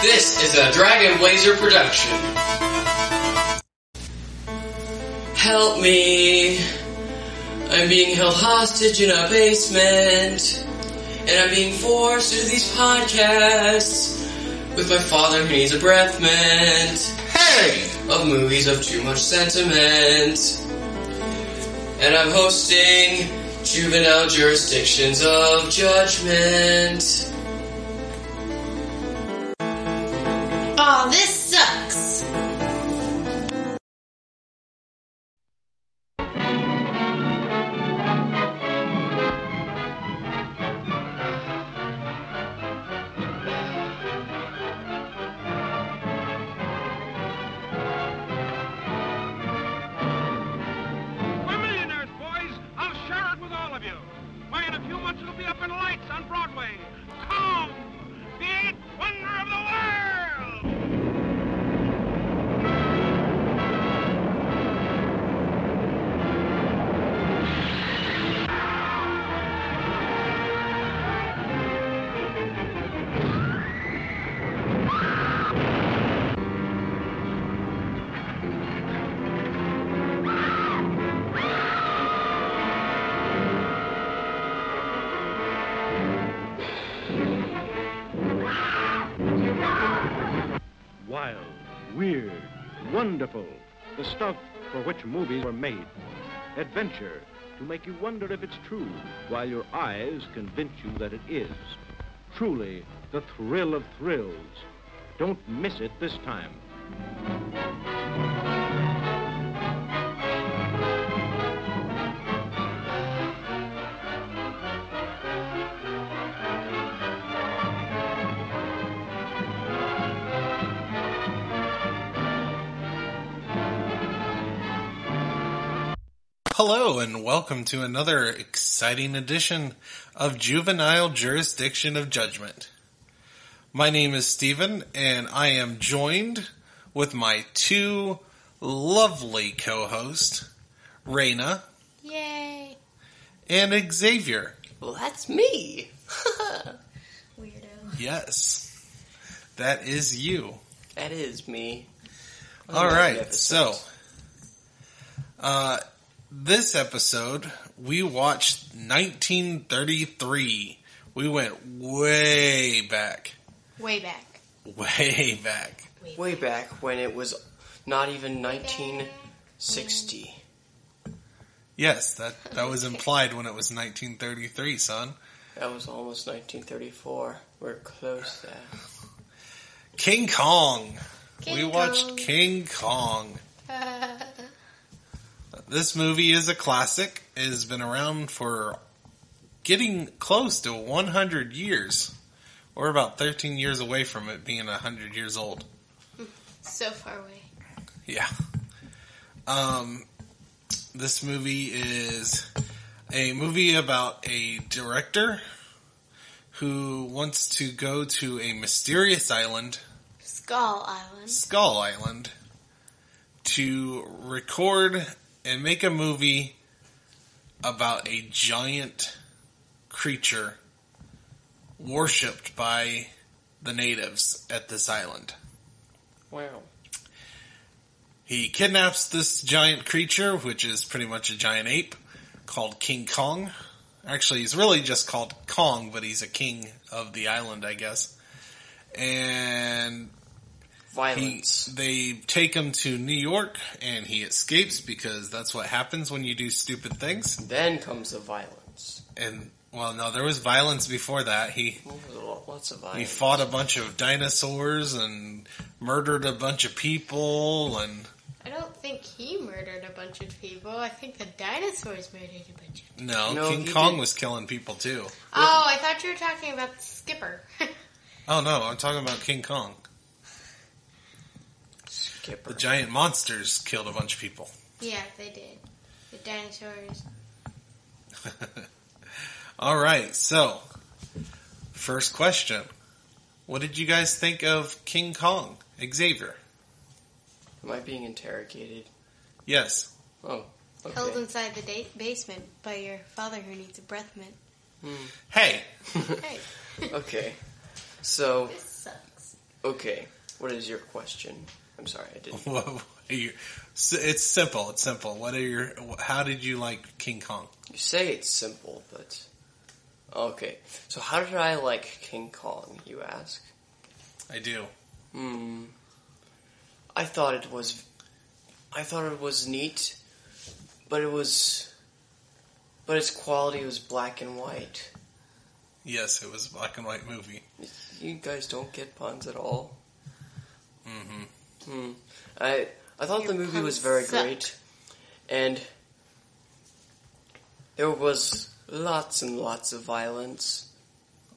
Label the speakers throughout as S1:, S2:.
S1: This is a Dragon Blazer production. Help me. I'm being held hostage in a basement. And I'm being forced to do these podcasts with my father who needs a breath mint
S2: Hey!
S1: of movies of too much sentiment. And I'm hosting Juvenile Jurisdictions of Judgment.
S3: Aw, Oh, this sucks.
S4: We're millionaires, boys. I'll share it with all of you. Why, in a few months, it'll be up in lights on Broadway. Come, the eighth wonder of the world.
S5: wild, weird, wonderful. The stuff for which movies were made. Adventure to make you wonder if it's true while your eyes convince you that it is. Truly, the thrill of thrills. Don't miss it this time.
S6: Hello, and welcome to another exciting edition of Juvenile Jurisdiction of Judgment. My name is Stephen, and I am joined with my two lovely co hosts, Raina
S3: Yay.
S6: and Xavier.
S1: Well, that's me.
S3: Weirdo.
S6: Yes, that is you.
S1: That is me.
S6: All right, so
S1: Magnificent.
S6: uh, this episode we watched 1933. We went way back,
S3: Way back.
S6: way back.
S1: way back when it was not even 1960.
S6: Yes, that that was implied when it was 1933, son.
S1: That was almost 1934. We're close there.
S6: King Kong.
S3: King
S6: we watched
S3: Kong.
S6: King Kong. This movie is a classic. It has been around for getting close to 100 years. We're about 13 years away from it being 100 years old.
S3: so far away.
S6: Yeah. Um, this movie is a movie about a director who wants to go to a mysterious island,
S3: Skull Island.
S6: Skull Island, to record and make a movie about a giant creature worshipped by the natives at this island.
S1: Wow.
S6: He kidnaps this giant creature, which is pretty much a giant ape, called King Kong. Actually, he's really just called Kong, but he's a king of the island, I guess. And he,
S1: Violence.
S6: they take him to New York, and he escapes because that's what happens when you do stupid things.
S1: then comes the violence.
S6: And well, no, there was violence before that. He
S1: Well, there's a lot- Lots of
S6: he
S1: violence.
S6: fought a bunch of dinosaurs and murdered a bunch of people, and
S3: I don't think he murdered a bunch of people. I think the dinosaurs murdered a bunch of people.
S6: no,
S1: No,
S6: King
S1: he
S6: Kong
S1: did-
S6: was killing people too.
S3: Oh, I thought you were talking about the skipper.
S6: Oh no, I'm talking about King Kong. The
S1: Skipper.
S6: giant monsters killed a bunch of people.
S3: yeah, they did. The dinosaurs.
S6: All right, so first question: What did you guys think of King Kong, Xavier?
S1: Am I being interrogated?
S6: Yes,
S1: Oh, okay.
S3: Held inside the da- basement by your father who needs a breath mint.
S6: hey,
S3: Hey,
S1: okay. So,
S3: this sucks.
S1: Okay, what is your question? I'm sorry, I didn't.
S6: What are you- s- it's simple. It's simple. What are your? How did you like King Kong?
S1: You say it's simple, but. Okay, so how did I like King Kong, you ask?
S6: I do.
S1: Hmm. I thought it was. I thought it was neat, but it was. But its quality was black and white.
S6: Yes, it was a black and white movie.
S1: You guys don't get puns at all.
S6: hmm
S1: Hmm. I I thought
S3: Your
S1: the movie was
S3: puns
S1: very
S3: suck.
S1: great, and there was lots and lots of violence.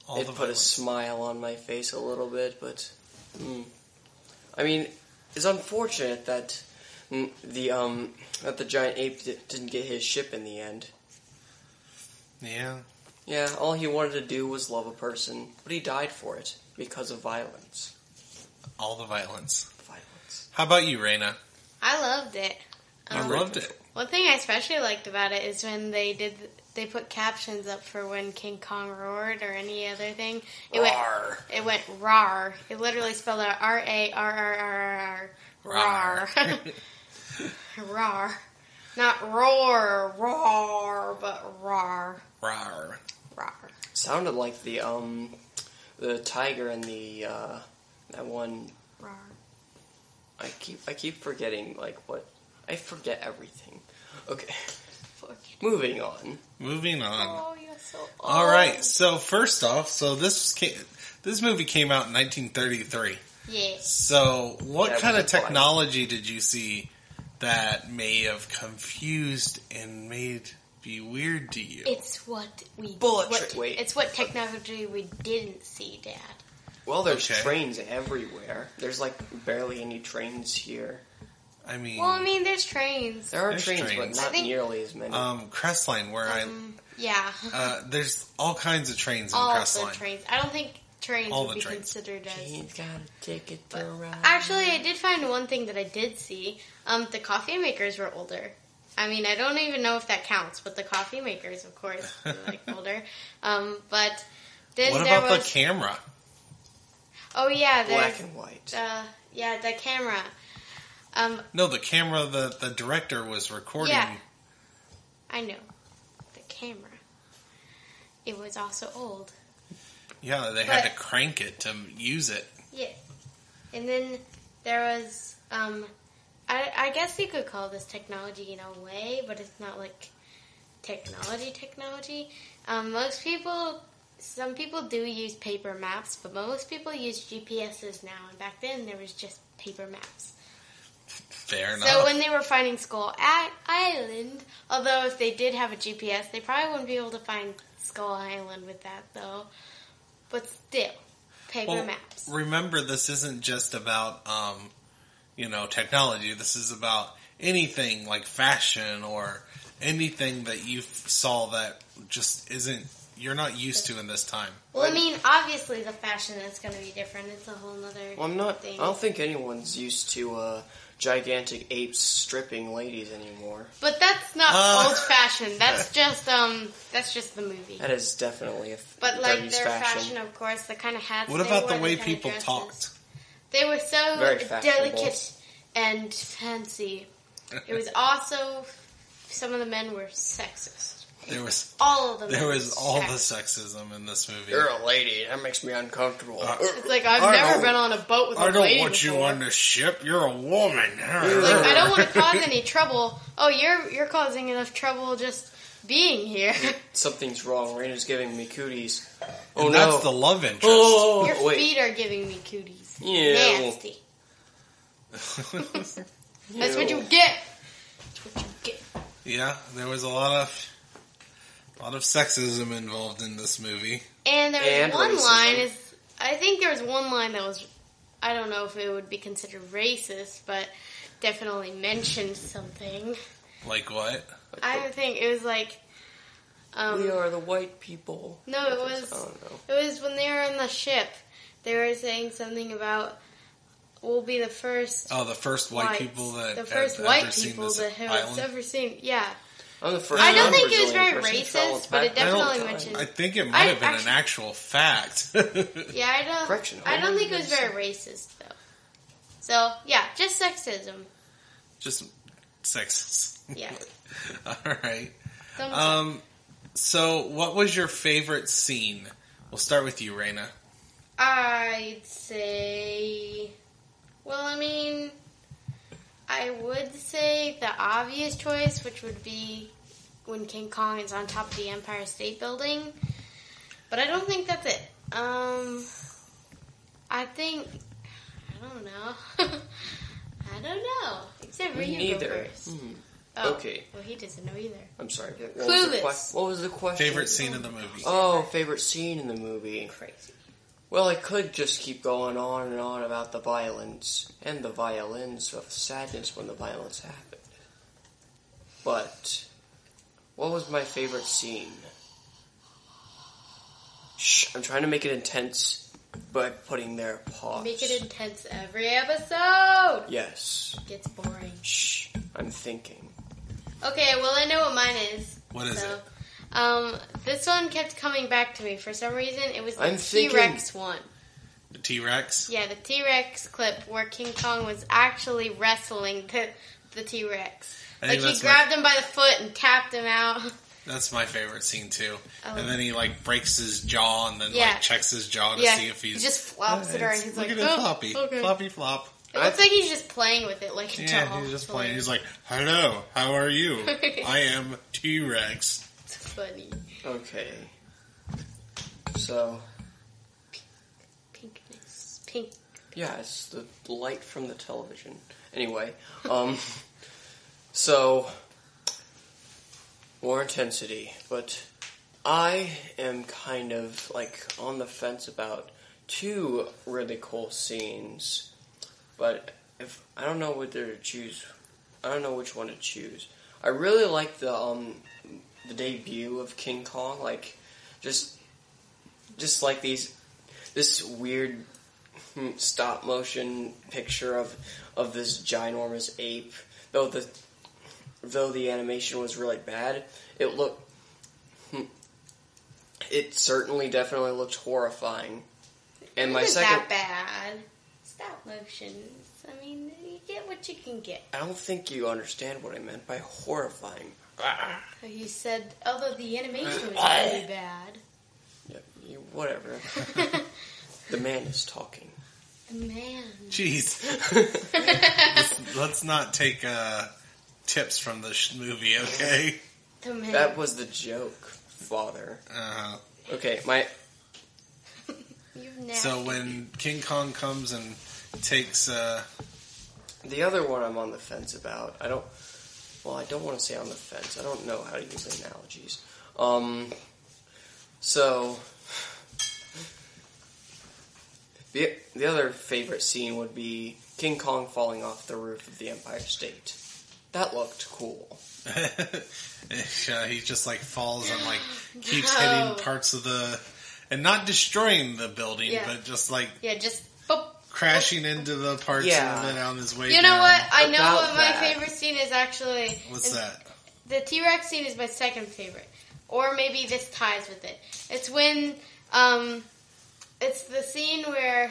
S6: All
S1: it
S6: the
S1: put a
S6: violence.
S1: smile on my face a little bit, but mm, I mean, it's unfortunate that mm, the um that the giant ape di- didn't get his ship in the end.
S6: yeah.
S1: Yeah, all he wanted to do was love a person, but he died for it because of violence.
S6: All the violence.
S1: Violence.
S6: How about you, Raina?
S3: I loved it.
S6: I
S3: Um,
S6: loved it.
S3: One thing I especially liked about it is when they did they put captions up for when King Kong roared or any other thing. It went
S6: Rawr.
S3: it went rar. It literally spelled out R A R R R R R rar. rar. Not roar, roar, but rar,
S6: Rawr.
S3: rar.
S1: Sounded like the um the tiger and the uh that one
S3: Rar.
S1: I keep I keep forgetting like what I forget everything. Okay,
S3: Fuck.
S1: moving on.
S6: Moving on.
S3: Oh, you're so old.
S6: Um, All right. So first off, so this ca- this movie came out in 1933.
S3: Yeah.
S6: So what
S1: That
S6: kind
S1: was
S6: of
S1: a point.
S6: technology did you see that may have confused and made be weird to you?
S3: It's what we
S1: Bullet
S3: what,
S1: tra- wait.
S3: It's what technology we didn't see, Dad.
S1: Well, there's
S6: Okay.
S1: trains everywhere. There's like barely any trains here.
S6: I mean,
S3: Well, I mean, there's trains.
S1: There are
S6: There's
S1: trains,
S6: trains.
S1: but not
S3: I think-
S1: nearly as many.
S6: um, Crestline, where
S3: Um, yeah,
S6: I uh, there's all kinds of trains in
S3: all
S6: Crestline.
S3: the trains. I don't think trains
S6: All
S3: would
S6: the
S3: be
S6: trains.
S3: considered as.
S1: He's got a ticket to ride.
S3: Actually, I did find one thing that I did see. Um, the coffee makers were older. I mean, I don't even know if that counts, but the coffee makers, of course, were like older. Um, but then
S6: what
S3: there
S6: about
S3: was
S6: the camera?
S3: oh yeah,
S1: black
S3: there's
S1: and white.
S3: uh, yeah the camera. Um,
S6: No, the camera that the director was recording.
S3: Yeah. I know the camera. It was also old.
S6: Yeah, they had
S3: But-
S6: to crank it to use it.
S3: Yeah. And then there was, um, I, I guess you could call this technology in a way, but it's not like technology technology. Um, most people, some people do use paper maps, but most people use GPSs now. And back then there was just paper maps.
S6: Fair enough.
S3: So when they were finding Skull I- Island, although if they did have a GPS, they probably wouldn't be able to find Skull Island with that though. But still, paper
S6: Well,
S3: maps.
S6: Remember, this isn't just about, um, you know, technology. This is about anything like fashion or anything that you f- saw that just isn't you're not used to in this time.
S3: Well, I mean, obviously the fashion is going to be different. It's a whole nother.
S1: well, I'm not.
S3: Thing.
S1: I don't think anyone's used to uh, gigantic apes stripping ladies anymore.
S3: But that's not
S6: Uh.
S3: old fashioned. That's just um. That's just the movie.
S1: That is definitely a f-
S3: But like
S1: 30s
S3: their
S1: fashion.
S3: fashion, of course, the kind of hats.
S6: What
S3: they
S6: about
S3: wore,
S6: the way
S3: kind of
S6: people
S3: dresses.
S6: talked?
S3: They were so
S1: Very fashionable.
S3: delicate and fancy. It was also some of the men were sexist.
S6: There was
S3: All of them.
S6: there
S3: were
S6: was all the
S3: sexist.
S6: sexism in this movie.
S1: You're a lady. That makes me uncomfortable.
S6: Uh,
S3: It's like I've
S6: I
S3: never
S6: don't-
S3: been on a boat with
S6: I
S3: a
S6: don't
S3: lady
S6: want you
S3: before.
S6: on the ship. You're a woman.
S3: Like I don't want to cause any trouble. Oh, you're you're causing enough trouble just being here.
S1: Something's wrong. Raina's giving me cooties.
S6: And
S1: Oh no.
S6: that's the love interest.
S1: oh
S3: Your
S1: wait.
S3: feet are giving me cooties.
S1: Yeah, well-
S3: Nasty. That's what you get. That's what you get.
S6: yeah, there was a lot of a lot of sexism involved in this movie.
S3: And there was
S1: And
S3: one
S1: racism.
S3: line is I think there was one line that was I don't know if it would be considered racist, but definitely mentioned something.
S6: Like what?
S3: I don't think it was like um
S1: we are the white people.
S3: No, it
S1: Because-
S3: was-
S1: I don't know.
S3: It was when they were on the ship. They were saying something about we'll be the first
S6: Oh, the first white
S3: whites-
S6: people that
S3: the first
S6: have
S3: white
S6: ever seen
S3: people
S6: this
S3: that have
S6: island.
S3: ever seen. Yeah,
S1: I'm the first
S3: I don't
S1: non
S3: think it was
S1: Brazilian
S3: very
S1: person to travel
S3: racist, but it
S1: back-
S6: I don't-
S3: definitely mentioned.
S6: I think it might
S3: I
S6: have been an
S3: actually-
S6: actual fact.
S3: yeah, I don't.
S1: Correction,
S3: I don't
S1: hold
S3: think it
S1: on
S3: was
S1: just a
S3: very racist though. So yeah, just sexism.
S6: Just sexist.
S3: Yeah.
S6: All right.
S3: Thumbs up.
S6: Um, so, what was your favorite scene? We'll start with you, Raina.
S3: I'd say. Well, I mean, I would say the obvious choice, which would be when King Kong is on top of the Empire State Building. But I don't think that's it. Um, I think. I don't know. I don't know. Except
S1: Me
S3: you
S1: neither.
S3: go first.
S1: Hmm.
S3: Oh,
S1: Okay.
S3: Well, he doesn't know either.
S1: I'm sorry. What was, the
S3: Clueless.
S1: que- what was the question?
S6: Favorite scene in the movie?
S1: Oh, favorite scene in the movie.
S3: Crazy.
S1: Well, I could just keep going on and on about the violence and the violins of sadness when the violence happened. But what was my favorite scene? Shh, I'm trying to make it intense by putting their pause.
S3: Make it intense every episode.
S1: Yes.
S3: Gets boring.
S1: Shh. I'm thinking.
S3: Okay, well, I know what mine is.
S6: What is
S3: so, Um, this one kept coming back to me for some reason. It was the
S1: I'm
S3: T
S1: thinking-
S3: Rex one.
S6: it? T Rex?
S3: Yeah, the T Rex clip where King Kong was actually wrestling the the T Rex.
S6: I
S3: Like
S6: think
S3: he
S6: that's my,
S3: grabbed him by the foot and tapped him out.
S6: that's my favorite scene, too.
S3: Oh.
S6: And then he, like, breaks his jaw and then,
S3: Yeah.
S6: like, checks his jaw to
S3: yeah,
S6: see if he's.
S3: he just flops it around.
S6: It's-
S3: He's
S6: look
S3: like,
S6: at it,
S3: "Oh,
S6: floppy.
S3: okay."
S6: Floppy flop.
S3: It looks like he's just playing with it like a
S6: Yeah,
S3: doll.
S6: he's just
S3: It's
S6: playing. He's
S3: hilarious.
S6: like, hello, how are you? I am T Rex.
S3: It's funny.
S1: Okay. So,
S3: Pinkness, pink.
S1: Yeah, it's the light from the television. Anyway, um, so more intensity, but I am kind of like on the fence about two really cool scenes, but if I don't know whether to choose, I don't know which one to choose. I really like the um the debut of King Kong, like just just like these this weird hmm, stop motion picture of of this ginormous ape. Though the though the animation was really bad, it looked hmm, it certainly definitely looked horrifying. And my
S3: It wasn't
S1: second
S3: that bad. Stop motions. I mean, you get what you can get.
S1: I don't think you understand what I meant by horrifying.
S3: He said, although the animation was really bad,
S1: Yeah, you- whatever. the man is talking.
S3: the man.
S6: Jeez. Let's not take uh, tips from the sh- movie, okay?
S3: The man.
S1: that was the joke, father.
S6: Uh,
S1: Okay, my
S3: You've nasty.
S6: so when King Kong comes and takes. Uh,
S1: the other one I'm on the fence about. I don't. Well, I don't want to say on the fence. I don't know how to use analogies. Um. So. The, the other favorite scene would be King Kong falling off the roof of the Empire State. That looked cool.
S6: yeah, uh, he just like falls and like keeps
S3: No.
S6: hitting parts of the and not destroying the building,
S3: Yeah.
S6: but just like
S3: yeah, just boop.
S6: crashing into the parts
S1: Yeah.
S6: of it on his way.
S3: You know
S6: down.
S3: what? I know
S1: About
S3: what my
S1: that.
S3: favorite scene is actually.
S6: What's
S3: It's-
S6: that?
S3: The T Rex scene is my second favorite, or maybe this ties with it. It's when um, it's the scene where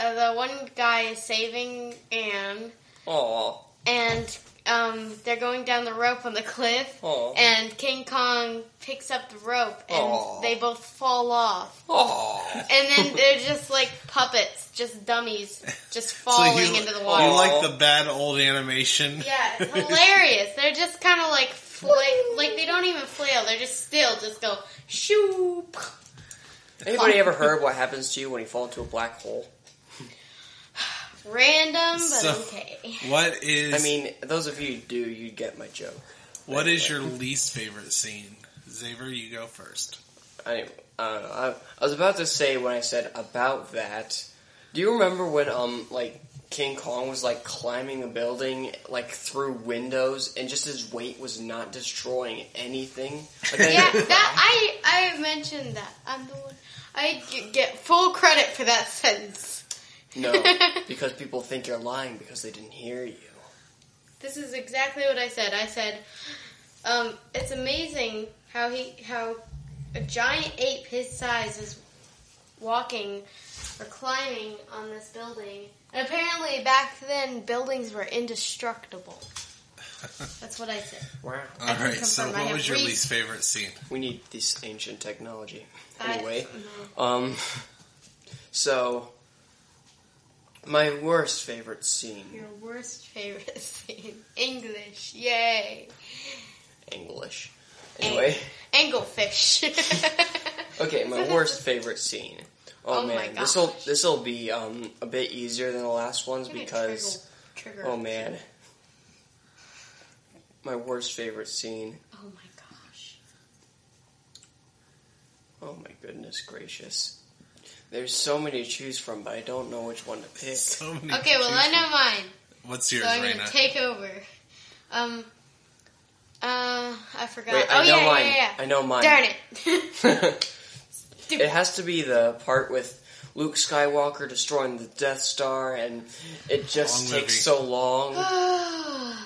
S3: uh, the one guy is saving Anne,
S1: Aw,
S3: and um, they're going down the rope on the cliff,
S1: Aw.
S3: and King Kong picks up the rope, and
S1: Aw.
S3: they both fall off,
S1: aw.
S3: and then they're just like puppets, just dummies, just falling
S6: you,
S3: into the
S6: You
S3: water.
S6: like the bad old animation?
S3: Yeah, it's hilarious. They're just kind of like fla- like they don't even flail. They're just still just go shoo.
S1: Anybody ever heard what happens to you when you fall into a black hole?
S3: Random, but
S6: So-
S3: okay.
S6: What is
S1: I mean, those of you who do, you get my joke.
S6: what is your least favorite scene? Xavier, you go first.
S1: I, I don't know. I, I was about to say when I said about that. Do you remember when um like King Kong was like climbing a building like through windows and just his weight was not destroying anything? Like, I-
S3: Yeah, that I I mentioned that. I'm the one. I g- get full credit for that sentence.
S1: No, because people think you're lying because they didn't hear you.
S3: This is exactly what I said. I said Um, it's amazing how he how a giant ape his size is walking or climbing on this building. And apparently, back then, buildings were indestructible. That's what I said.
S1: Wow.
S6: All
S3: can
S6: right. So,
S3: confirm I
S6: what
S3: have
S6: was your
S3: read-
S6: least favorite scene?
S1: We need this ancient technology.
S3: I-
S1: Anyway. Um, so, my worst favorite scene.
S3: Your worst favorite scene. English. Yay.
S1: English. Anyway.
S3: Anglefish.
S1: Okay, my worst favorite scene. Oh,
S3: Oh my
S1: man, this'll
S3: gosh.
S1: this'll be um a bit easier than the last ones
S3: Give me a
S1: because
S3: trigger, trigger.
S1: oh man, my worst favorite scene.
S3: Oh my gosh.
S1: Oh my goodness gracious, there's so many to choose from, but I don't know which one to pick.
S6: So many
S3: Okay, well, I
S6: choose-
S3: know mine.
S6: What's yours,
S3: so I'm
S6: Raina?
S3: gonna take over. Um, uh, I forgot.
S1: Wait,
S3: oh
S1: I know
S3: yeah,
S1: mine.
S3: yeah, yeah,
S1: I know mine.
S3: Darn it!
S1: it has to be the part with Luke Skywalker destroying the Death Star, and it just
S6: Long
S1: takes
S6: movie.
S1: so long.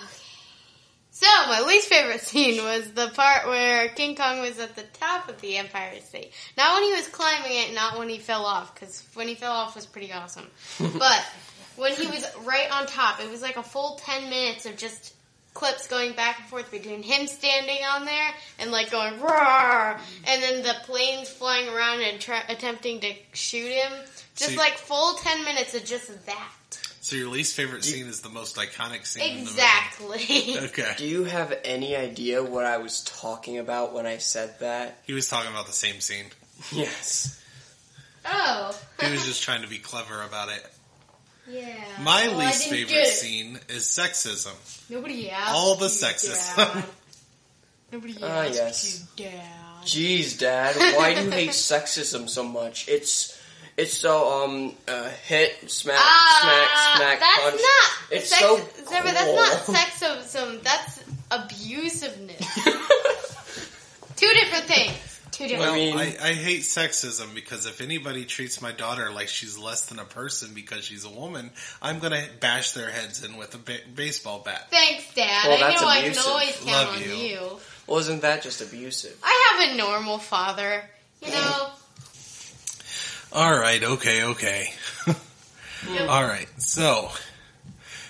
S3: so my least favorite scene was the part where King Kong was at the top of the Empire State. Not when he was climbing it, not when he fell off, because when he fell off was pretty awesome. but when he was right on top, it was like a full ten minutes of just clips going back and forth between him standing on there and like going roar, and then the planes flying around and tra- attempting to shoot him. Just
S6: See-
S3: like full ten minutes of just that.
S6: So your least favorite scene is the most iconic scene.
S3: Exactly.
S6: In the movie. Okay.
S1: Do you have any idea what I was talking about when I said that?
S6: He was talking about the same scene.
S1: Yes.
S3: oh.
S6: He was just trying to be clever about it.
S3: Yeah.
S6: My
S3: Well, I
S6: least
S3: didn't
S6: favorite
S3: get it.
S6: scene is sexism.
S3: Nobody asked.
S6: All the
S3: you,
S6: sexism.
S3: Dad. Nobody asked.
S1: Ah, yes.
S3: you, Dad.
S1: Jeez, Dad, why do you hate sexism so much? It's it's so um uh, hit smack
S3: Ah,
S1: smack smack
S3: that's
S1: punch.
S3: not.
S1: It's
S3: sex-
S1: so
S3: Zebra, that's
S1: cool.
S3: not sexism. That's abusiveness. Two different things. Two different.
S6: Well, I,
S1: mean-
S6: I, hate sexism because if anybody treats my daughter like she's less than a person because she's a woman, I'm going to bash their heads in with a ba- baseball bat.
S3: Thanks, Dad.
S1: Well,
S3: I
S1: that's
S3: know I
S1: abusive.
S3: can always count
S6: Love
S3: on
S6: you.
S3: you.
S1: Wasn't that just abusive?
S3: I have a normal father. You know.
S6: All right, okay, okay. All right, so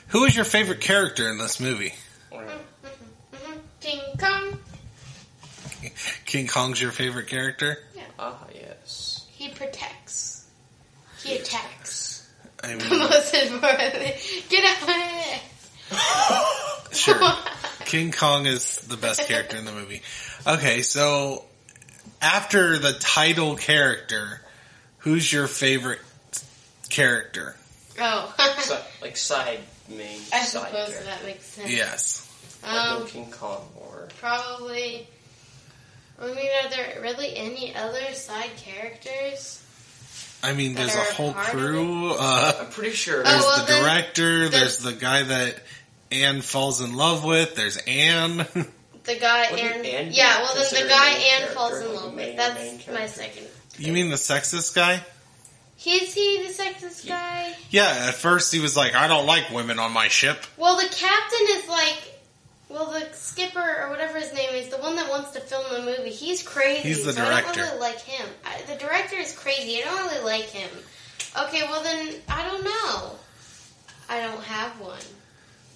S6: who is your favorite character in this movie?
S3: Mm. Mhm. King Kong.
S6: King Kong's your favorite character?
S1: Ah, yes.
S3: He protects. He attacks.
S6: I mean,
S3: Most importantly, get out of here.
S6: sure. King Kong is the best character in the movie. Okay, so after the title character, who's your favorite character?
S3: Oh,
S1: Si- like side main
S3: I
S1: side
S3: suppose
S1: character.
S3: that makes sense.
S6: Yes.
S1: Like no
S3: Um,
S1: King Kong or
S3: probably. I mean, are there really any other side characters?
S6: I mean, there's a
S3: That are
S6: whole
S3: part of
S6: crew. Uh,
S1: I'm pretty sure
S3: Oh,
S6: there's
S3: well,
S6: the
S3: then-
S6: director.
S3: then-
S6: There's the guy that Anne falls in love with. There's Anne.
S3: The guy
S1: Wouldn't
S3: and
S1: Ann be
S3: yeah, well then
S1: considered
S3: the
S1: a
S3: guy
S1: main
S3: and
S1: character,
S3: falls in
S1: like a
S3: love
S1: main- main
S3: with. That's my
S1: character?
S3: second.
S6: you mean the sexist guy?
S3: Is he the sexist guy?
S6: Yeah. At first, he was like, "I don't like women on my ship."
S3: Well, the captain is like. Well, the skipper or whatever his name is, the one that wants to film the movie, he's crazy.
S6: He's the
S3: so I
S6: director.
S3: don't really like him. I, the director is crazy. I don't really like him. Okay, well then I don't know. I don't have one.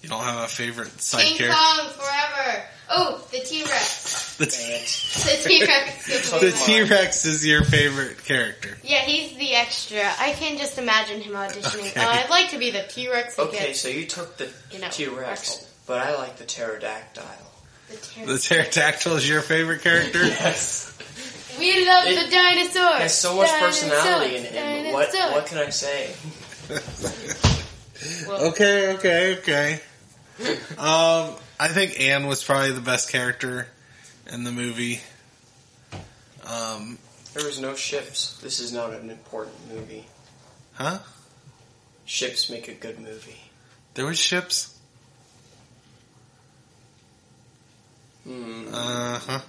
S6: You don't have a favorite side
S3: King
S6: character.
S3: Kong forever. Oh, the T Rex.
S6: The,
S3: The T
S6: the
S3: Rex.
S6: T Rex is your favorite character.
S3: Yeah, he's the extra. I can just imagine him auditioning.
S6: Okay.
S3: Oh, I'd like to be the T Rex again.
S1: Okay, so you took the
S3: You know,
S1: T Rex,
S3: Russell.
S1: but I like the pterodactyl.
S3: The ter-
S6: The pterodactyl is your favorite character.
S1: Yes.
S3: we love
S1: It-
S3: the dinosaurs.
S1: He has so much
S3: Dinosaurs,
S1: personality in him. What
S3: dinosaurs.
S1: what can I say?
S6: Okay, okay, okay. Um, I think Anne was probably the best character in the movie. Um,
S1: There was no ships. This is not an important movie.
S6: huh?
S1: Ships make a good movie.
S6: There was ships.
S1: Hmm.
S6: Uh huh.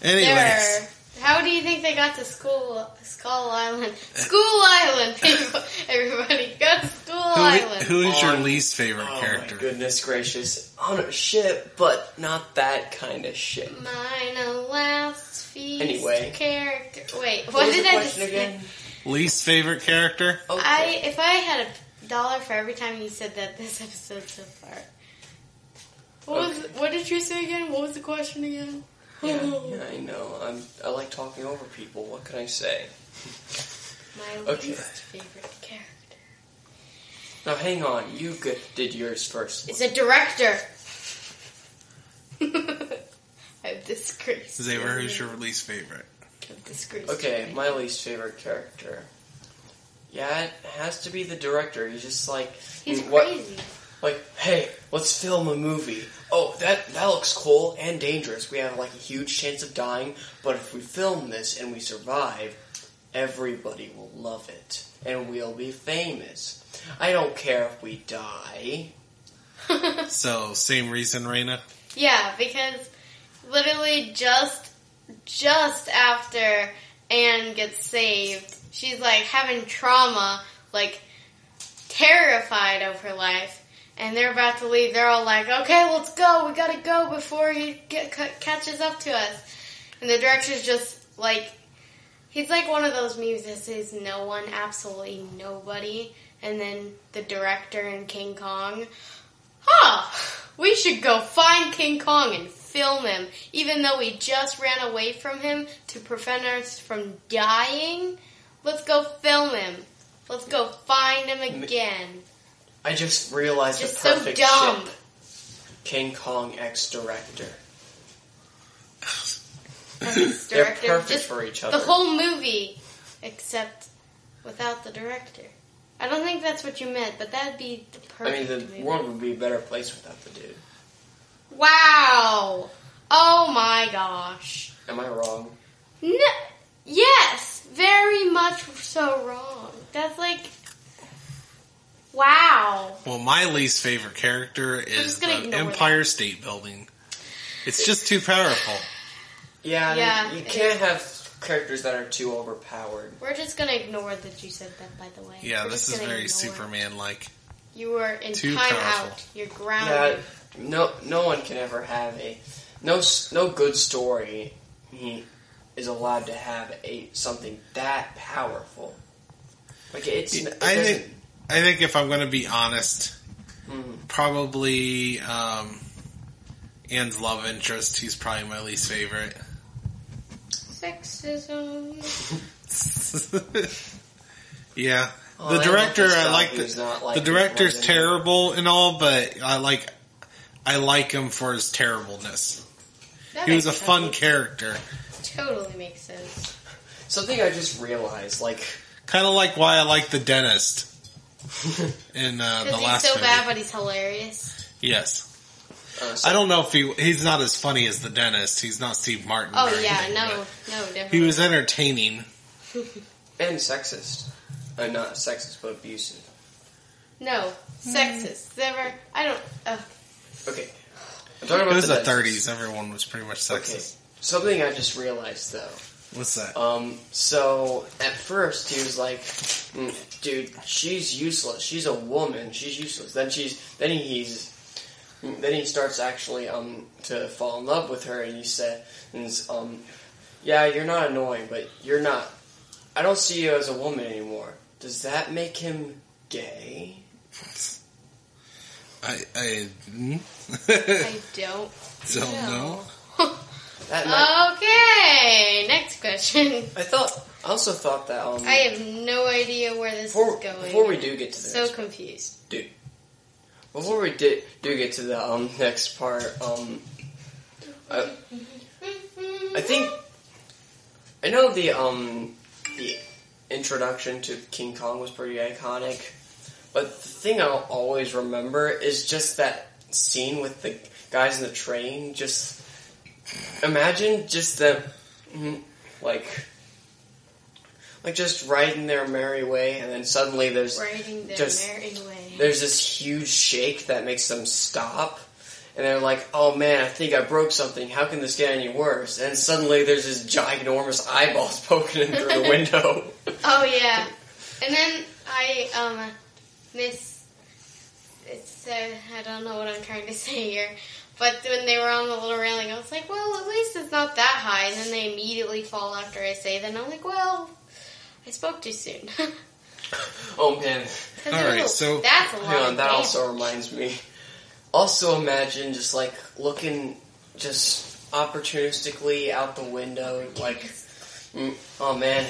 S3: There.
S6: Anyways,
S3: How do you think they got to school? Skull Island. School Island, people. Everybody, go to School Island.
S6: who is your
S1: On-
S6: least favorite
S1: Oh my
S6: character?
S1: goodness gracious. On a ship, but not that kind of ship.
S3: Mine last feast
S1: Anyway.
S3: character. Wait, what,
S1: What was
S3: did
S1: the
S3: I just
S1: question
S3: say?
S1: again? Oh,
S6: Least favorite character?
S1: Okay.
S3: I if I had a dollar for every time you said that this episode so far. What was what did you say again? What was the question again?
S1: yeah,
S3: Oh.
S1: yeah, I know. I'm, I like talking over people. What can I say?
S3: My
S1: Okay.
S3: least favorite character.
S1: Now, hang on. You g- did yours first.
S3: It's a director. I've disgraced.
S6: Xavier,
S3: you.
S6: who's your least favorite?
S3: I've disgraced.
S1: Okay,
S3: you.
S1: my least favorite character. Yeah, it has to be the director. He's just like,
S3: He's
S1: what?
S3: crazy.
S1: Like, hey, let's film a movie. Oh, that that looks cool and dangerous. We have like a huge chance of dying, but if we film this and we survive, everybody will love it and we'll be famous. I don't care if we die.
S6: So, same reason, Raina?
S3: Yeah, because literally just just after Anne gets saved, she's like having trauma, like terrified of her life, and they're about to leave. They're all like, "Okay, let's go. We gotta go before he get, c- catches up to us." And the director's just like, he's like one of those memes that says no one, absolutely nobody, and then the director and King Kong huh, we should go find King Kong and film him, even though we just ran away from him to prevent us from dying. Let's go film him. Let's go find him again.
S1: I just realized
S3: Just
S1: the
S3: so
S1: perfect
S3: dumb.
S1: ship. King Kong X director. They're
S3: Director,
S1: perfect
S3: just
S1: for each
S3: the
S1: other.
S3: whole movie, except without the director. I don't think that's what you meant, but that'd be the
S1: I
S3: perfect.
S1: mean, the
S3: movie.
S1: world would be a better place without the dude.
S3: Wow! Oh my gosh!
S1: Am I wrong?
S3: No. Yes, very much so wrong. That's like, wow.
S6: Well, my least favorite character is
S3: just gonna
S6: the
S3: ignore
S6: Empire State Building. It's just too powerful.
S1: Yeah,
S3: Yeah,
S1: you
S3: it
S1: can't have characters that are too overpowered.
S3: We're just gonna ignore that you said that. By the way,
S6: Yeah,
S3: We're
S6: this
S3: just
S6: is
S3: gonna
S6: very
S3: ignore.
S6: Superman like.
S3: You were in
S6: Too
S3: time
S6: powerful.
S3: out. You're
S1: Yeah,
S3: grounded.
S1: no, no one can ever have a no, s- no good story. He is allowed to have a something that powerful. Like it's, it
S6: I
S1: doesn't-
S6: think I think if I'm going to be honest,
S1: Mhm.
S6: probably um, Anne's love interest. He's probably my least favorite.
S3: Sexism.
S6: yeah,
S1: Oh,
S6: the
S1: I
S6: director
S1: this
S6: I
S1: guy
S6: like
S1: who's
S6: the,
S1: not like
S6: the
S1: his
S6: director's
S1: brother.
S6: terrible and all, but I like I like him for his terribleness.
S3: That
S6: He was a
S3: makes
S6: fun
S3: sense.
S6: character,
S3: Totally makes sense.
S1: Something I just realized, like
S6: kind of like why I like the dentist in uh, the
S3: Because he's
S6: last
S3: so
S6: movie.
S3: bad, but he's hilarious.
S6: Yes.
S1: uh, so-
S6: I don't know if he he's not as funny as the dentist. He's not Steve Martin.
S3: Oh
S6: or
S3: yeah,
S6: anything,
S3: no,
S6: but
S3: no, definitely.
S6: He was entertaining.
S1: and sexist, uh, not sexist, but abusive.
S3: no sexist. Never. I don't. Uh,
S1: Okay, I'm talking
S6: It
S1: about
S6: was the
S1: the Dunsans.
S6: 30s. Everyone was pretty much
S1: Okay,
S6: sexist.
S1: something I just realized though.
S6: What's that?
S1: Um, so at first he was like, "Mm, "Dude, she's useless. She's a woman. She's useless." Then she's then he's then he starts actually um to fall in love with her, and he said, and, s- "Um, yeah, you're not annoying, but you're not. I don't see you as a woman anymore. Does that make him gay?"
S6: I I hmm?
S3: I don't.
S6: don't know.
S3: know.
S1: That might,
S3: Okay, next question.
S1: I thought I also thought that um
S3: I have no idea where this
S1: before,
S3: is going.
S1: before we do get to the
S3: so
S1: next
S3: confused.
S1: Before we di- do get to the um, next part, um, I, I think I know the um, the introduction to King Kong was pretty iconic, but the thing I'll always remember is just that scene with the guys in the train. Just imagine just them, mm, like. Like just riding their merry way, and then suddenly there's
S3: Riding their
S1: Just-
S3: merry way.
S1: there's this huge shake that makes them stop and they're like oh man i think i broke something how can this get any worse and suddenly there's this ginormous eyeballs poking in through the window
S3: Oh yeah. And then I um miss so I don't know what I'm trying to say here. But when they were on the little railing, I was like, well, at least it's not that high. And then they immediately fall after I say that. And I'm like, well, I spoke too soon.
S1: Oh man,
S6: All right, so-
S3: That's a lot
S1: hang on.
S3: of
S1: That
S3: damage.
S1: also reminds me. Also, imagine just like looking, just opportunistically out the window, like, mm, oh man,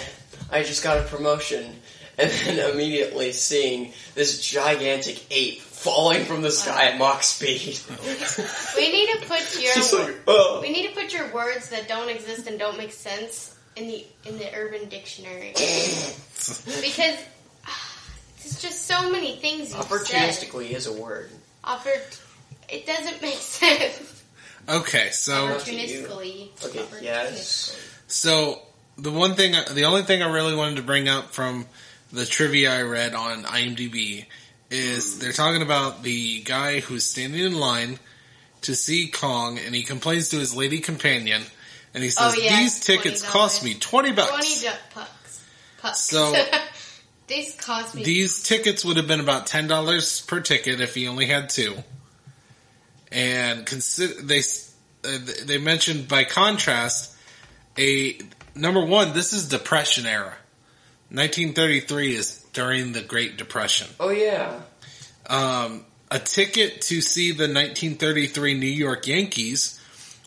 S1: I just got a promotion, and then immediately seeing this gigantic ape falling from the sky at mock speed.
S3: We need to put your...
S1: Just like, oh.
S3: We need to put your words that don't exist and don't make sense in the in the urban dictionary. because ah, there's just so many things you said.
S1: Opportunistically is a word.
S3: Oppor- it doesn't make sense.
S6: Okay, so
S1: Up to you.
S3: Opportunistically.
S1: Okay,
S3: Opportunistically.
S1: yes.
S6: so the one thing, the only thing I really wanted to bring up from the trivia I read on IMDb
S3: Hmm.
S6: is they're talking about the guy who's standing in line to see Kong, and he complains to his lady companion, and he says,
S3: Oh, yeah,
S6: "These tickets
S3: $20.
S6: cost me twenty bucks."
S3: Twenty duck pucks. Pucks.
S6: So-
S3: these cost me.
S6: These tickets would have been about ten dollars per ticket if he only had two. And consider they s- uh, they mentioned by contrast a number one. This is Depression era. 1933 is during the Great Depression.
S1: Oh yeah.
S6: Um, a ticket to see the 1933 New York Yankees,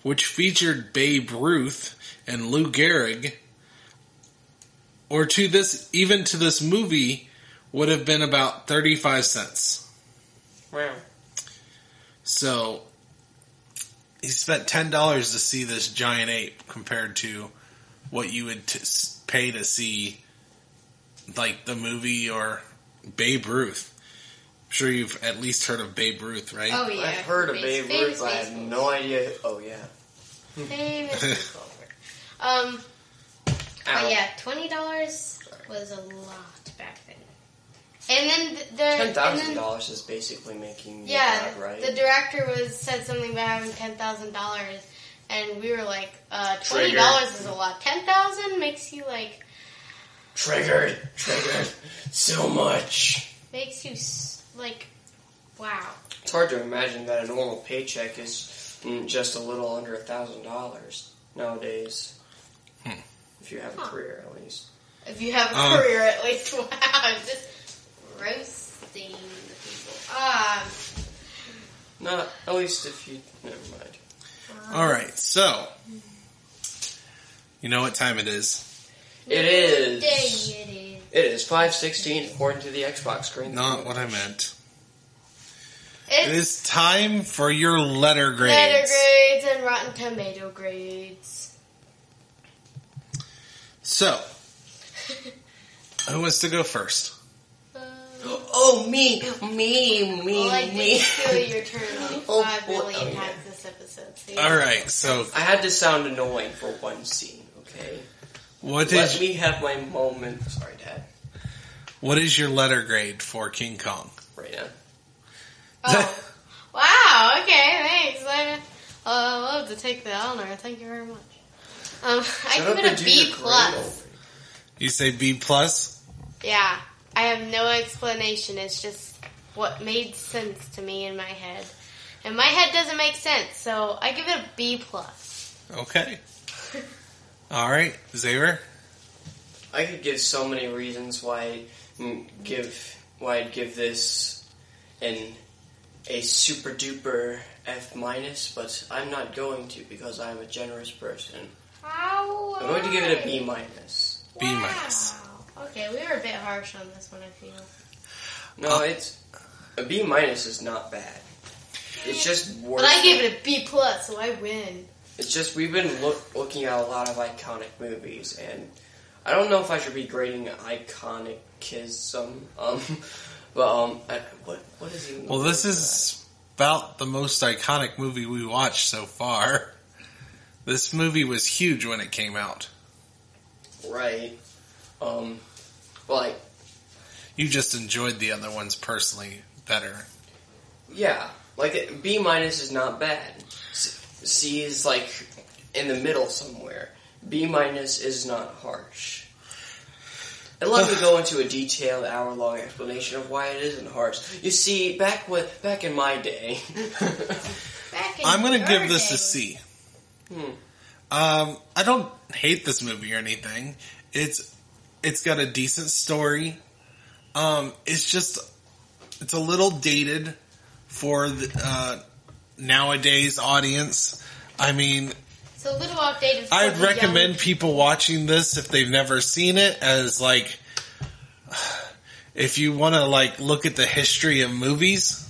S6: which featured Babe Ruth and Lou Gehrig, or to this even to this movie would have been about 35 cents.
S1: Wow.
S6: So he spent $10 to see this giant ape compared to what you would t- s- pay to see like the movie or Babe Ruth. I'm sure you've at least heard of Babe Ruth, right?
S3: Oh yeah,
S1: I've heard of Babe
S3: Famous- famous
S1: Ruth. I have
S3: baseball-
S1: no idea. Oh yeah.
S3: Famous baseball player. Um,
S1: Ow.
S3: but Oh, yeah, twenty dollars was a lot back then. And then th- the
S1: Ten
S3: and
S1: thousand
S3: then
S1: dollars is basically making the
S3: Yeah,
S1: job, right?
S3: the director was said something about having ten thousand dollars, and we were like, uh, twenty
S1: Trigger.
S3: dollars is a lot. Ten thousand makes you like
S1: triggered, triggered, so much.
S3: makes you s- like, wow.
S1: It's hard to imagine that a normal paycheck is mm, just a little under a thousand dollars nowadays.
S6: Hmm.
S1: If you have a
S3: Huh.
S1: career, at least.
S3: If you have a
S1: Uh.
S6: Um,
S3: career, at least wow. I'm just roasting the people. Ah,
S1: Not at least if you. Never mind.
S6: All right, so you know what time it is?
S1: It is.
S3: dang it is.
S1: It is five sixteen according to the Xbox screen.
S6: Not what I meant. It
S3: It's
S6: is time for your letter grades.
S3: letter grades and Rotten Tomato grades.
S6: So, who wants to go first?
S3: Uh,
S1: Oh me, me, me,
S3: well, I
S1: me.
S3: did steal your turn like
S1: Oh,
S3: five
S1: boy.
S3: million
S1: Oh, yeah.
S3: times this episode. So you
S6: All right, so
S1: I had to sound annoying for one scene. Okay.
S6: what
S1: Let
S6: is
S1: me have my moment. Sorry, Dad.
S6: what is your letter grade for King Kong?
S1: Right now.
S3: Oh. wow. Okay. Thanks. I, uh, I love to take the honor. Thank you very much. Um, I
S1: Shut
S3: give
S1: up and
S3: it a
S1: do
S3: B
S1: your grade.
S3: plus.
S6: You say B plus.
S3: Yeah. I have no explanation. It's just what made sense to me in my head, and my head doesn't make sense. So I give it a B plus.
S6: Okay. All right, Xavier.
S1: I could give so many reasons why mm, give why I'd give this an a super duper F minus, but I'm not going to because I'm a generous person.
S3: How?
S1: I'm going to give it a B minus.
S6: B minus.
S3: Okay, we were a bit harsh on this one. I feel.
S1: No, it's a B minus is not bad. It's just worse.
S3: But I gave it a B plus, so I win.
S1: It's just we've been look, looking at a lot of iconic movies, and I don't know if I should be grading iconicism. Um, but um, I, what what is even? the
S6: Well, this
S1: word for
S6: is about the most iconic movie we watched so far. This movie was huge when it came out.
S1: that? right. Um, well, like
S6: You just enjoyed the other ones personally better.
S1: yeah, like it- B minus is not bad. C, C is like in the middle somewhere. B minus is not harsh. Allow me to go into a detailed hour-long explanation of why it isn't hearts. You see, back when, back in my day,
S3: Back in
S6: I'm going to
S3: your
S6: give this a
S3: day-
S6: C.
S1: Hmm.
S6: Um, I don't hate this movie or anything. It's it's got a decent story. Um, it's just it's a little dated for the, uh, nowadays audience. I mean,
S3: It's a little outdated. for
S6: I'd
S3: the young-
S6: recommend people watching this if they've never seen it as like if you want to like look at the history of movies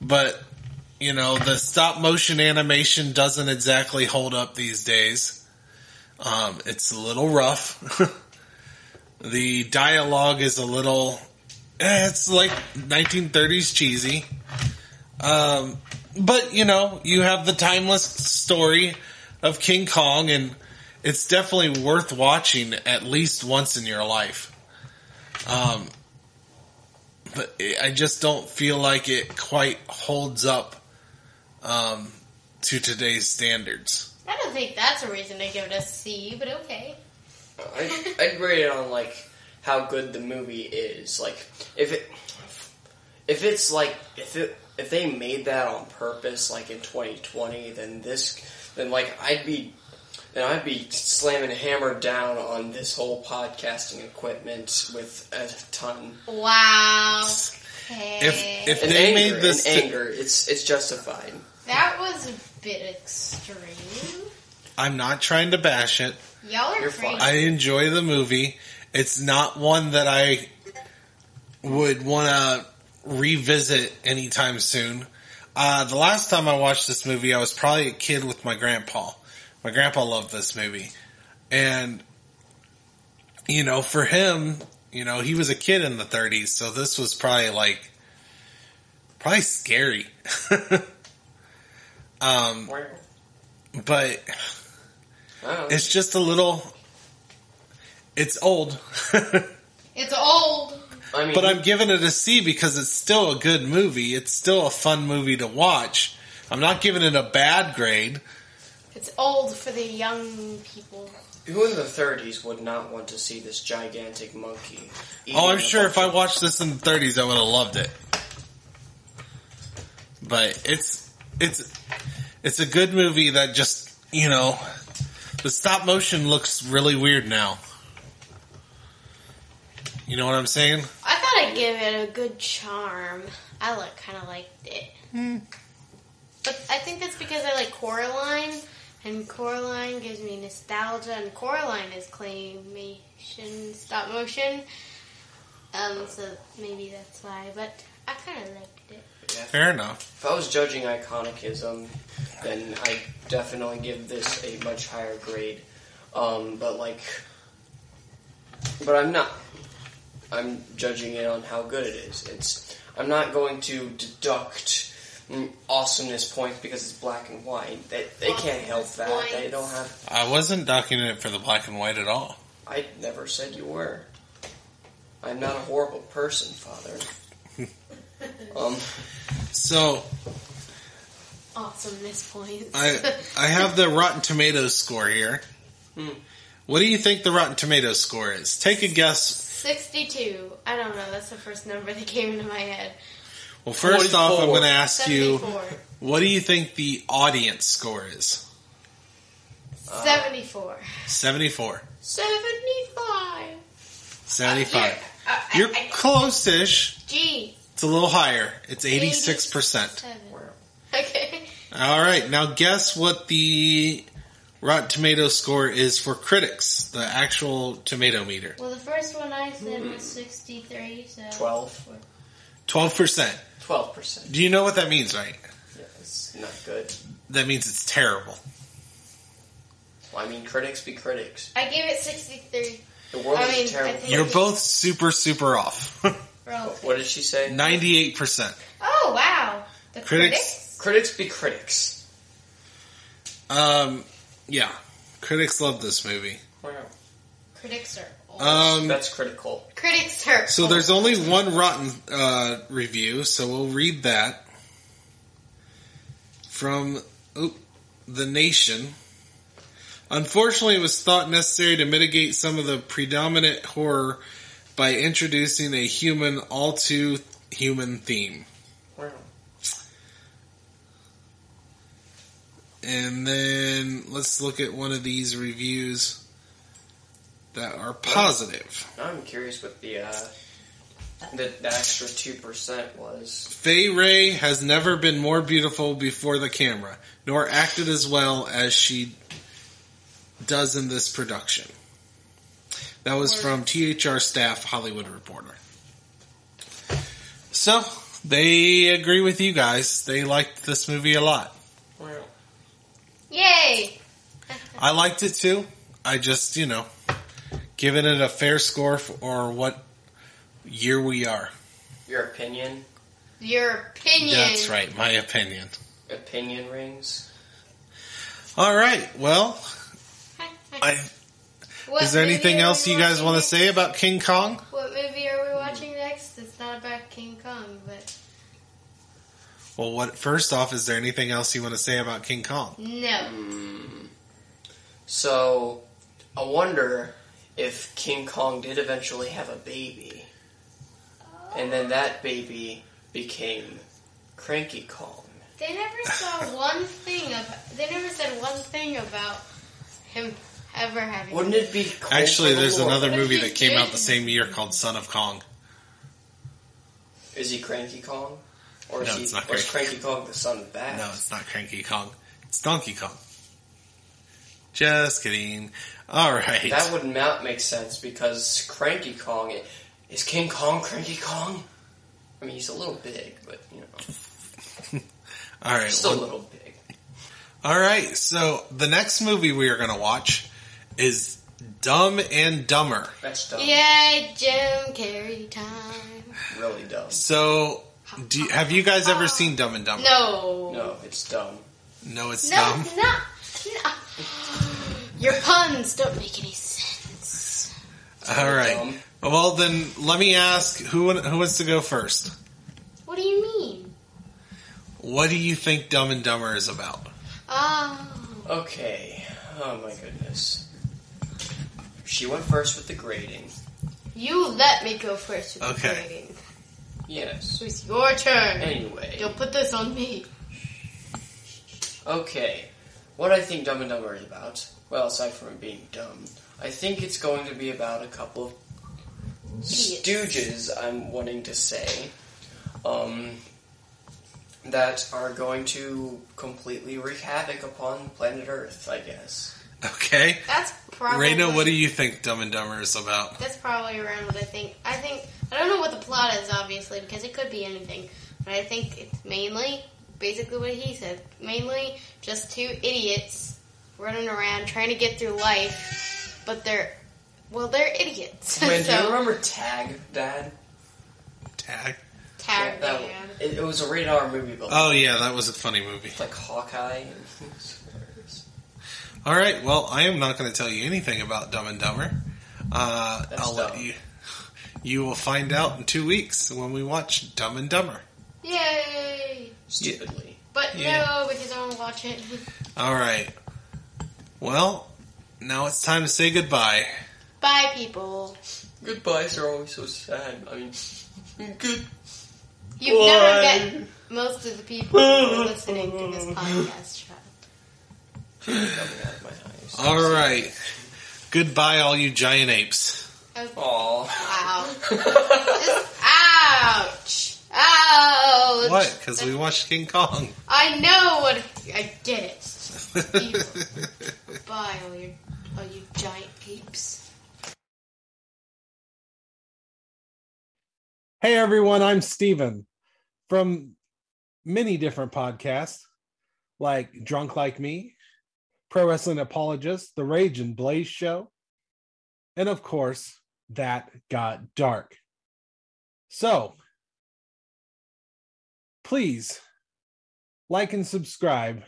S6: but you know the stop motion animation doesn't exactly hold up these days um, it's a little rough the dialogue is a little eh, it's like 1930s cheesy um, but you know you have the timeless story of King Kong, and it's definitely worth watching at least once in your life. Um, but I- I just don't feel like it quite holds up um, to today's standards.
S3: I don't think that's a reason to give it a C, but okay.
S1: I'd, I'd rate it on like how good the movie is. Like if it, if it's like if it if they made that on purpose, like in 2020, then this then like I'd be then I'd be slamming a hammer down on this whole podcasting equipment with a ton
S3: Wow. Okay.
S6: If if
S1: and
S6: they
S1: anger,
S6: made this,
S1: and
S6: to-
S1: anger. It's it's justified.
S3: that was a bit extreme.
S6: I'm not trying to bash it.
S3: Y'all are
S1: You're
S3: crazy.
S1: fine.
S6: I enjoy the movie. It's not one that I would want to revisit anytime soon. Uh, the last time I watched this movie, I was probably a kid with my grandpa. My grandpa loved this movie. And, you know, for him, you know, he was a kid in the 30s, so this was probably like, probably scary. um,
S1: Wow.
S6: but
S1: Wow.
S6: it's just a little, it's old.
S3: It's old.
S1: I mean,
S6: But I'm giving it a C because it's still a good movie. It's still a fun movie to watch. I'm not giving it a bad grade.
S3: It's old for the young people.
S1: who in the 30s would not want to see this gigantic monkey?
S6: Oh, I'm
S1: eating a
S6: sure
S1: bunch
S6: if I
S1: of-
S6: watched this in the 30s, I would have loved it. But it's it's it's a good movie that just you know the stop motion looks really weird now. You know what I'm saying?
S3: I thought I'd give it a good charm. I look kind of liked it. But I think that's because I like Coraline, and Coraline gives me nostalgia, and Coraline is claymation, stop motion. Um, so maybe that's why, but I kind of liked it.
S6: Fair enough.
S1: If I was judging iconicism, then I definitely give this a much higher grade. Um, but like, but I'm not. I'm judging it on how good it is. It's. I'm not going to deduct mm, awesomeness points because it's black and white. They, they can't help
S3: Awesomeness
S1: that. They
S3: points.
S1: don't have.
S6: I wasn't documenting it for the black and white at all.
S1: I never said you were. I'm not a horrible person, Father. um.
S6: So
S3: Awesome, this point.
S6: I I have the Rotten Tomatoes score here.
S1: Hmm.
S6: What do you think the Rotten Tomatoes score is? Take a guess.
S3: 62. I don't know, that's the first number that came into my head.
S6: Well, first off,
S1: 44.
S6: I'm going to ask you,
S3: 74.
S6: what do you think the audience score is?
S3: 74.
S6: 74.
S3: 75.
S6: 75.
S3: Uh, I-
S6: You're
S3: I-
S6: close-ish.
S3: G.
S6: It's a little higher. It's 86%.
S3: Seven. Okay.
S6: All right. Now guess what the Rotten Tomatoes score is for critics, the actual tomato meter.
S3: Well, the first one I said was 63, so.
S1: Twelve.
S6: 12%.
S1: Twelve percent.
S6: Do you know what that means, right?
S1: Yeah, it's not good.
S6: That means it's terrible.
S1: Well, I mean, critics be critics.
S3: I gave it 63.
S1: The world
S3: I
S1: is
S3: mean,
S1: a terrible.
S3: I think-
S6: You're both super, super off.
S3: Roll.
S1: What did she say?
S6: Ninety-eight percent.
S3: Oh, wow. The
S6: Critics?
S3: critics?
S1: Critics be critics.
S6: Um, yeah, critics love this movie.
S1: Wow.
S3: Critics, are old.
S6: Um,
S1: That's critical.
S3: critics are.
S6: so
S3: old.
S6: there's only one rotten uh, review, so we'll read that from oop, the Nation. Unfortunately, it was thought necessary to mitigate some of the predominant horror by introducing a human, all too human theme.
S1: Wow.
S6: And then let's look at one of these reviews that are positive.
S1: Now I'm curious what the uh, the, the extra two percent was.
S6: Fay Ray has never been more beautiful before the camera, nor acted as well as she does in this production. That was from THR staff Hollywood Reporter. So, they agree with you guys. They liked this movie a lot.
S1: Wow.
S3: Yay!
S6: I liked it too. I just, you know, giving it a fair score for or what year we are.
S1: Your opinion,
S3: Your opinion.
S6: That's right, my opinion.
S1: opinion rings.
S6: All right. Well, I,
S3: What
S6: is there
S3: movie
S6: anything
S3: are
S6: else
S3: we
S6: you guys
S3: watching
S6: want to
S3: next?
S6: say about King Kong?
S3: What movie are we watching next? It's not about King Kong, but
S6: Well, what first off, is there anything else you want to say about King Kong?
S3: no.
S1: Hmm. So, I wonder if King Kong did eventually have a baby, and then that baby became Cranky Kong.
S3: They never saw one thing of. They never said one thing about him ever having.
S1: Wouldn't it be cool
S6: Actually,
S1: for the
S6: there's
S1: Lord?
S6: another
S3: What
S6: movie
S3: if
S6: that
S3: he
S6: came out
S3: did?
S6: the same year called Son of Kong.
S1: Is he Cranky Kong, or is
S6: No,
S1: he
S6: it's not
S1: or is Cranky Kong the son of Bass?
S6: No, it's not Cranky Kong. It's Donkey Kong. Just kidding. All right.
S1: That would not make sense because Cranky Kong i- is King Kong Cranky Kong. I mean, he's a little big, but you know,
S6: All right.
S1: still
S6: well-
S1: a little big.
S6: All right. So the next movie we are going to watch is Dumb and Dumber.
S1: That's dumb.
S3: Yay, Jim Carrey time.
S1: Really dumb.
S6: So, do you, have you guys ever seen Dumb and Dumber?
S3: No.
S1: No, it's dumb.
S6: No, it's
S3: No,
S6: dumb.
S3: no, no. Your puns don't make any sense.
S6: All right.
S1: Dumb.
S6: Well, then let me ask who wa- who wants to go first.
S3: What do you mean?
S6: What do you think Dumb and Dumber is about?
S3: Oh.
S1: Okay. Oh my goodness. She went first with the grading.
S3: You let me go first with
S6: Okay.
S3: the grading.
S1: Yes.
S3: So it's your turn.
S1: Anyway.
S3: Don't put this on me.
S1: Okay, what I think Dumb and Dumber is about, well, aside from it being dumb, I think it's going to be about a couple of stooges, I'm wanting to say, um, that are going to completely wreak havoc upon planet Earth, I guess.
S6: Okay,
S3: That's probably.
S6: Raina, what do you think Dumb and Dumber is about?
S3: That's probably around what I think. I think I don't know what the plot is, obviously, because it could be anything. But I think it's mainly basically what he said. Mainly just two idiots running around trying to get through life, but they're well, they're idiots.
S1: Man, do you
S3: so
S1: remember Tag, Dad?
S6: Tag.
S3: tag
S1: that,
S3: man.
S1: it, it was a rated R movie, but
S6: Oh yeah, that was a funny movie.
S1: like Hawkeye and things.
S6: All right. Well, I am not going to tell you anything about Dumb and Dumber. Uh,
S1: That's
S6: I'll let
S1: dumb.
S6: you. You will find out in two weeks when we watch Dumb and Dumber.
S3: Yay!
S1: Stupidly.
S3: But
S6: Yeah.
S3: no, because I want to watch it.
S6: All right. Well, now it's time to say goodbye.
S3: Bye, people.
S1: Goodbyes are always so sad. I mean, good.
S3: You've never
S1: Bye.
S3: met most of the people who are listening to this podcast. Shut up.
S1: coming out of my eyes.
S6: All right. Goodbye, all you giant apes.
S1: Aw.
S3: Wow. Ouch! Ouch!
S6: What? Because we watched King Kong.
S3: I know what I did it. Bye, all you, all you giant apes.
S6: Hey everyone, I'm Steven from many different podcasts like Drunk Like Me, Pro Wrestling Apologist, The Rage and Blaze Show, and of course, That Got Dark. So, please like and subscribe